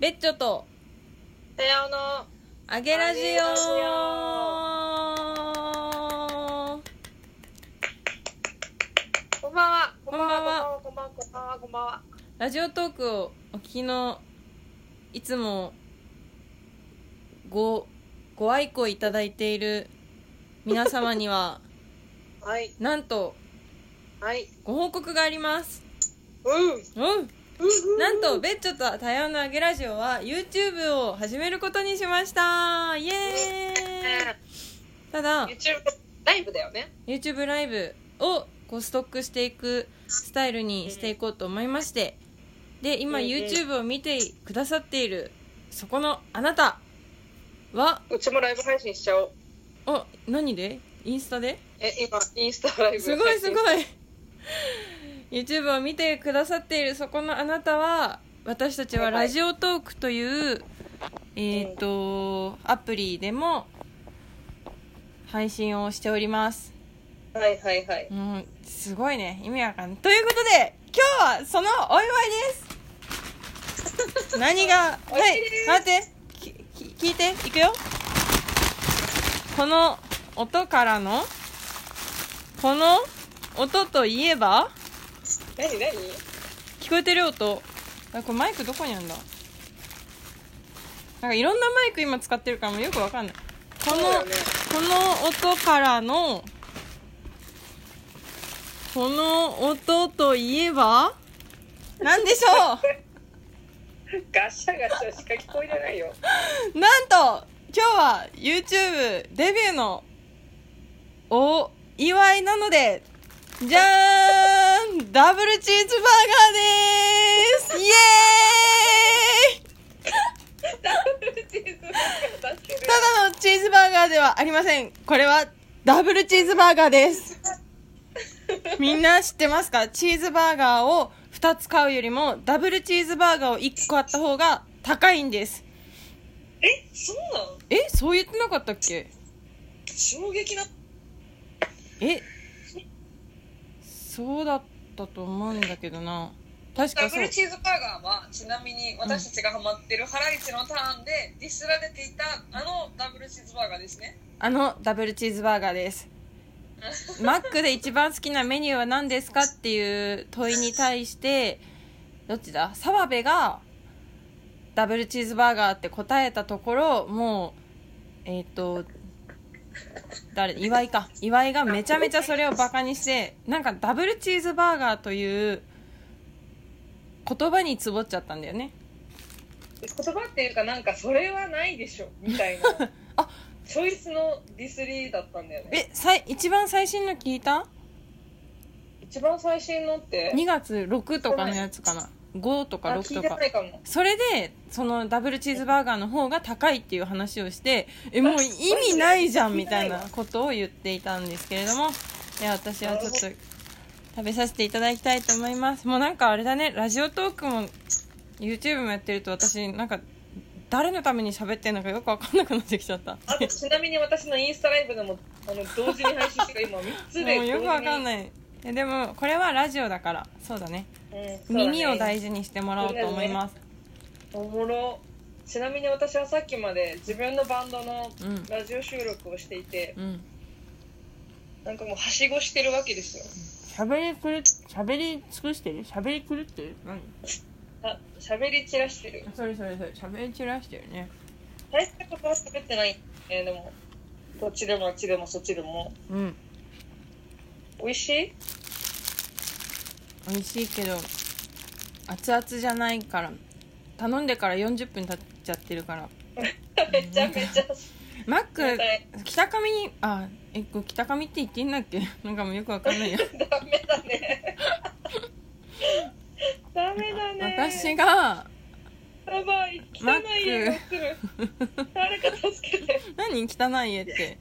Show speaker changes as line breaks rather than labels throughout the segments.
ベッチョと
さようの
あげラジオ
あげラジこんばんはこ
んばんは
こんばんはこんばんはこんばんは
ラジオトークをお聞きのいつもごご愛顧いただいている皆様に は
こんばんははい
なんと
はい
ご報告があります
うん
うん
うん
なんとベッチョと多様なあげラジオは YouTube を始めることにしましたイエーイただ
YouTube ライブだよね
YouTube ライブをこうストックしていくスタイルにしていこうと思いましてで今
うんうん
YouTube を見てくださっているそこのあなたは
うちもライブ配信しちゃおう
お何でインスタで
え今インスタライブ
すごいす ご
い
い YouTube を見てくださっているそこのあなたは私たちはラジオトークという、えっ、とアプリでも配信をしております
はいはいはい
うん、すごいね。意味わかんない。ということで、今日はそのお祝い です。何が、
お
は
祝い
い
です、
待って、きき聞いて、いくよ。この音からの、この音といえば、
何何
聞こえてる音。あこれマイクどこにあるんだなんかいろんなマイク今使ってるからもうよくわかんない。こ
そうだよ
の、
ね
この音からのこの音といえば何でしょ
ガシャガシャしか聞こえてない よ
うなんと今日は YouTube デビューのお祝いなのでじゃーんダブルチーズバーガーでーすイエーイ
ダブルチーズバーガー出してる
ただのチーズバーガーではありませんこれはダブルチーズバーガーですみんな知ってますかチーズバーガーを2つ買うよりもダブルチーズバーガーを1個買った方が高いんです
えそうなの
えそう言ってなかったっけ
衝撃な
えそうだったと思うんだけどな確か
ダブ
そう
ルチーズバーガーはちなみに私たちがハマってるハライチのターンでディスられていたあのダブルチーズバーガーですね
あのダブルチーズバーガーですマックで一番好きなメニューは何ですかっていう問いに対してどっちだ澤部がダブルチーズバーガーって答えたところもうえっ、と誰岩井か岩井がめちゃめちゃそれをバカにしてなんかダブルチーズバーガーという言葉につぼっちゃったんだよね
言葉っていうかなんかそれはないでしょみたいな
あ
チョイスのディスリーだったんだよね
えさい一番最新の聞いた
一番最新のって
2月6とかのやつかな5とか
あ
6
聞
と
いて
か
ないかも
それでそのダブルチーズバーガーの方が高いっていう話をしてえもう意味ないじゃんみたいなことを言っていたんですけれどもいや私はちょっと食べさせていただきたいと思いますもうなんかあれだねラジオトークも YouTube もやってると私なんか誰のために喋ってんのかよく分かんなくなってきちゃった
あとちなみに私のインスタライブでもあの同時に配信してる今3つで
もうよくわかん
い、
ないえでもこれはラジオだからそうだね
うんそうだね
耳を大事にしてもらおうと思います
おもろちなみに私はさっきまで自分のバンドの
うん
ラジオ収録をしていて、
うん
なんかもうはしごしてるわけですよ
喋りくる喋り尽くしてる喋りくるってる何
あ喋り散らしてる
それそれそれ喋り散らしてるね
大したことは喋ってない、えーでもこっちでもあっちでもそっちでも
うん
美味しい
美味しいけど熱々じゃないから頼んでから40分経っちゃってるから
めちゃめちゃ
マック
了解
北上にあえこれ北上って言っていいんだっけ なんかもうよくわかんないよ
ダメだねダメだね
私が
やばい汚い家が映る誰か助けて
何汚い家って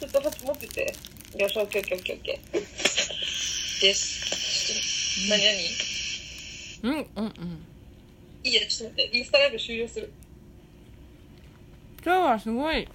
ちょっと待って持ってて了承 OKOKOK です何
うんう
何
んうん
いいやちょっと待ってインスタライブ終了する
今日はすごい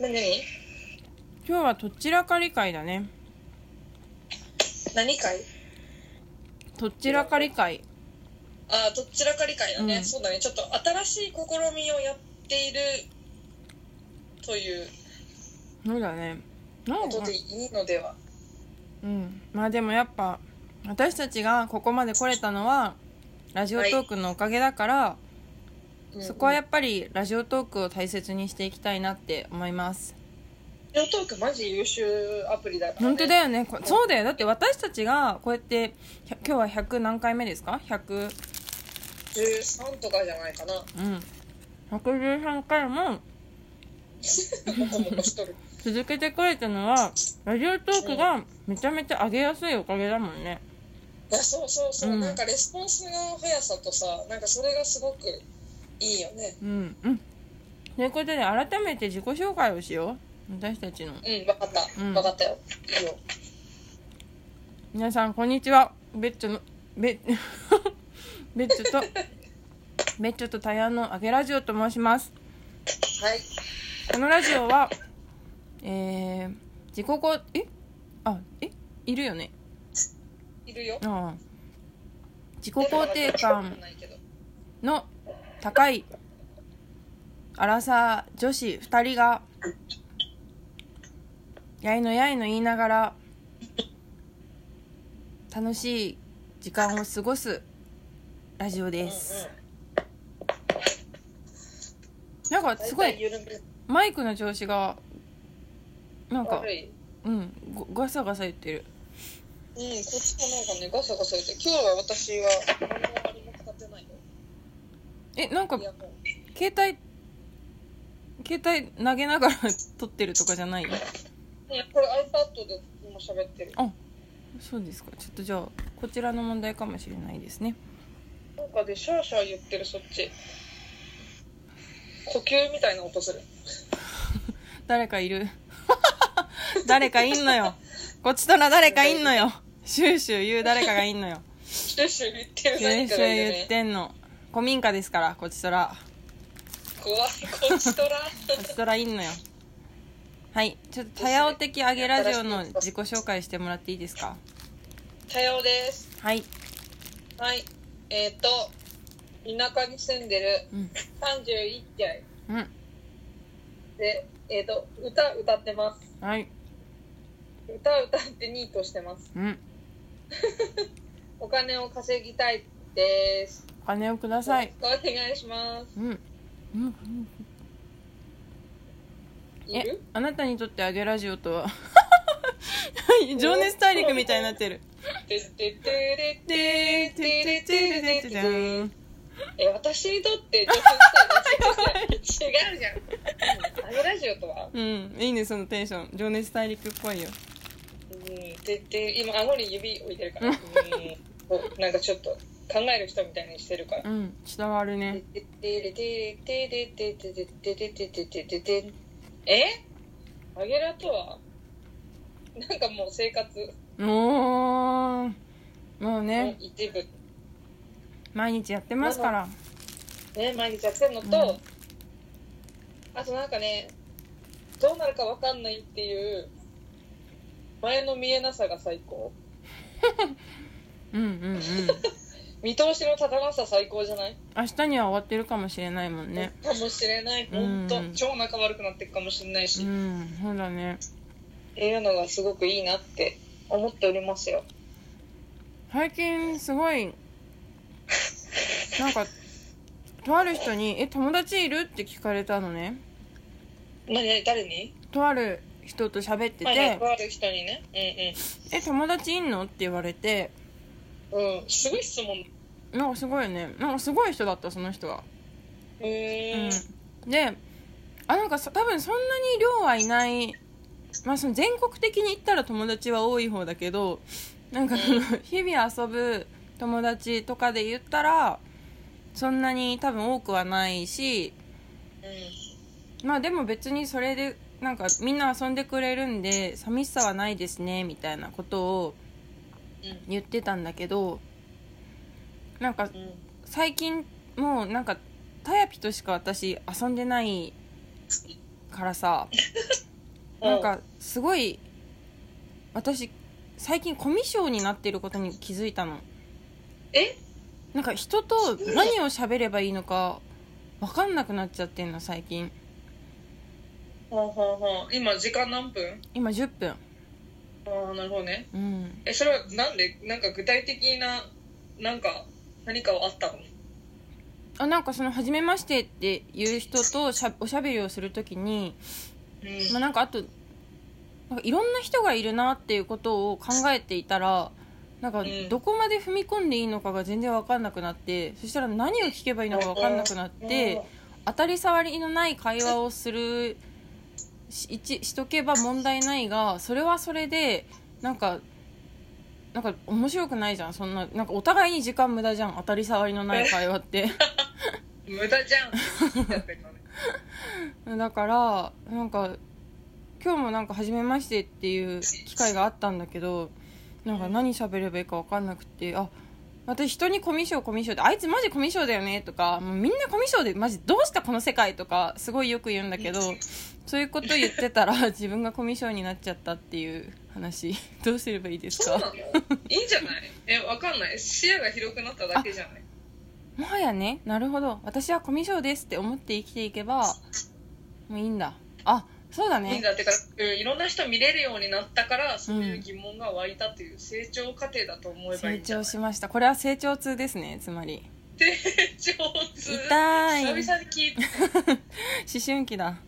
何何
今日はどちらか理会だね
何回
どちらか理解
ああどちらか理解だね、
うん
そうだねちょっと新しい試みをやっているという
そうだねなん
こ
か
とでいいのでは、
うんまあでもやっぱ私たちがここまで来れたのはラジオトークのおかげだから、
うん
そこはやっぱりラジオトークを大切にしていきたいなって思います
ラジオトークマジ優秀アプリだから、ね、
本当だよねこそうだよだって私たちがこうやってひゃ今日は100何回目ですか100
13とかじゃないかな
うん113回も
モコモコしとる
続けてくれたのはラジオトークがめちゃめちゃ上げやすいおかげだもんね
いやそうそうそう、
うん
なんかレスポンスの速さとさなんかそれがすごくいいよね
うんうんということで改めて自己紹介をしよう私たちの
うん分かった、
うん
分かったよいいよ
皆さんこんにちはベッチョの ベッベッチョとベッチョとタヤのあげラジオと申します
はい
このラジオはえー、自己こえあえいるよね
いるよ
ああ自己肯定感
ないけど
の高いアラサー女子2人がやいのやいの言いながら楽しい時間を過ごすラジオですなんかすご
大体
い
緩め
マイクの調子がなんか
悪い
うんごガサガサ言ってる
うん、こっちもなんかね、ガサガサ言って、今日は私は、何もあれも使ってないよ。
えなんか
イヤホン。
携帯携帯投げながら撮ってるとかじゃない
うんこれ iPad で今喋ってる。
そうですかちょっとじゃあこちらの問題かもしれないですね
なんかで、シャーシャー言ってる、そっち。呼吸みたいな音する。
誰かいる 誰かいんのよこっちとら誰かいんのよシューシュー言う誰かがいんのよ
シュッシュ言ってる
シュー
何
シュ
か
ー
がいる
言っ
ね。
てんの古民家ですからこっちとら
怖い、こっちとら。
こっちとらいんのよはいちょっと多様的あげラジオの自己紹介してもらっていいですか
多様です。
はい
はい。えっ、ー、と、田舎に住んでる
うん
31歳
うん
で、えっ、と、歌歌ってます。
はい
歌歌ってニートしてます。
うん
お金を稼ぎたいです。
お金をくだ
よろ
さ
し
い
くお願いします。
うんうん
い
え
る
あなたにとってあげラジオとは 情熱大陸みたいになってる
てってってれって
てーてーてーてーてーてーてーん
え、私にとって女性の違うじゃん。あのラジオとは、
うんいいねそのテンション情熱大陸っぽいよ
うん、てって、今、顎に指置いてるから、うん、こうなんかちょっと考える人みたいにしてるから。
うん伝わるね
てってれてれてれてれてれてれてれてれてれてれてれえアゲラとはなんかもう生活
おーもう
の
ね
一部。
毎日やってますから
ね、毎日やってるのと、あとなんかねどうなるかわかんないっていう前の見えなさが最高
うんうん うん
見通しの立たなさ最高じゃない
明日には終わってるかもしれないもんね
かもしれない
うん
本当超仲悪くなっていくかもしれないうし、っ
んそうだね
ていうのがすごくいいなって思っておりますよ
最近すごいなんかとある人に「え友達いる?」って聞かれたのね
何何誰に
とある人と喋って
まあね
て
関わる人にね
「え友達いんの?」って言われて
うんうんうんすごい質問
なんかすごいねなんかすごい人だったその人が
うーん
うん、であなんかさ多分そんなに量はいない、まあ、その全国的に言ったら友達は多い方だけどなんかその日々遊ぶ友達とかで言ったらそんなに多分多くはないし
う
まあでも別にそれでなんかみんな遊んでくれるんで寂しさはないですねみたいなことを
ん
言ってたんだけどなんか
うんうん
最近もうなんかタヤピとしか私遊んでないからさなんかすごい私最近コミュ障になってることに気づいたの
え
なんか人と何を喋ればいいのか分かんなくなっちゃってんの最近
ほうほうほう今時間何分
今10分
ああなるほどね
うん
えそれはなんでなんか具体的ななんか何かはあったの
あなんかその「初めまして」っていう人としゃおしゃべりをするときに、
うん
まあ、なんかあとなんかいろんな人がいるなっていうことを考えていたらなんか
うん
どこまで踏み込んでいいのかが全然分かんなくなってそしたら何を聞けばいいのか分かんなくなって当たり障りのない会話をするしいちしとけば問題ないがそれはそれでなんかなんか面白くないじゃんそんななんかお互いに時間無駄じゃん当たり障りのない会話って。
無駄じ ゃんってやってるのね
だからなんか今日もなんか「初めまして」っていう機会があったんだけどなんか何喋ればいいか分かんなくてあ私人にコミュ障コミュ障であいつマジコミュ障だよねとかもうみんなコミュ障でマジどうしたこの世界とかすごいよく言うんだけどそういうこと言ってたら 自分がコミュ障になっちゃったっていう話どうすればいいです
そうな
か
のいいんじゃないえわかんない視野が広くなっただけじゃない
もはやねなるほど私はコミュ障ですって思って生きていけばもういいんだあそうだね
いいんだってか、うんいろんな人見れるようになったからそういう疑問が湧いたという成長過程だと思えばい
成
いんじゃな
長
い
しましたこれは成長痛ですねつまり
成長痛
痛い
久々に聞いた
思春期だ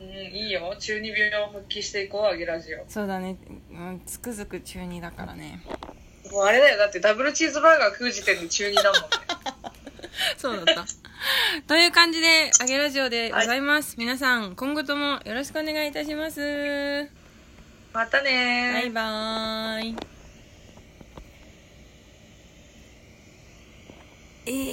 うん、いいよ中二病を発揮していこうあげラジオ
そうだね、うん、つくづく中二だからね
もうあれだよだってダブルチーズバーガー食う時点で中二 だもんね
そうだった という感じで「あげラジオ」でございます、皆さん今後ともよろしくお願いいたします
またねー
バイバーイ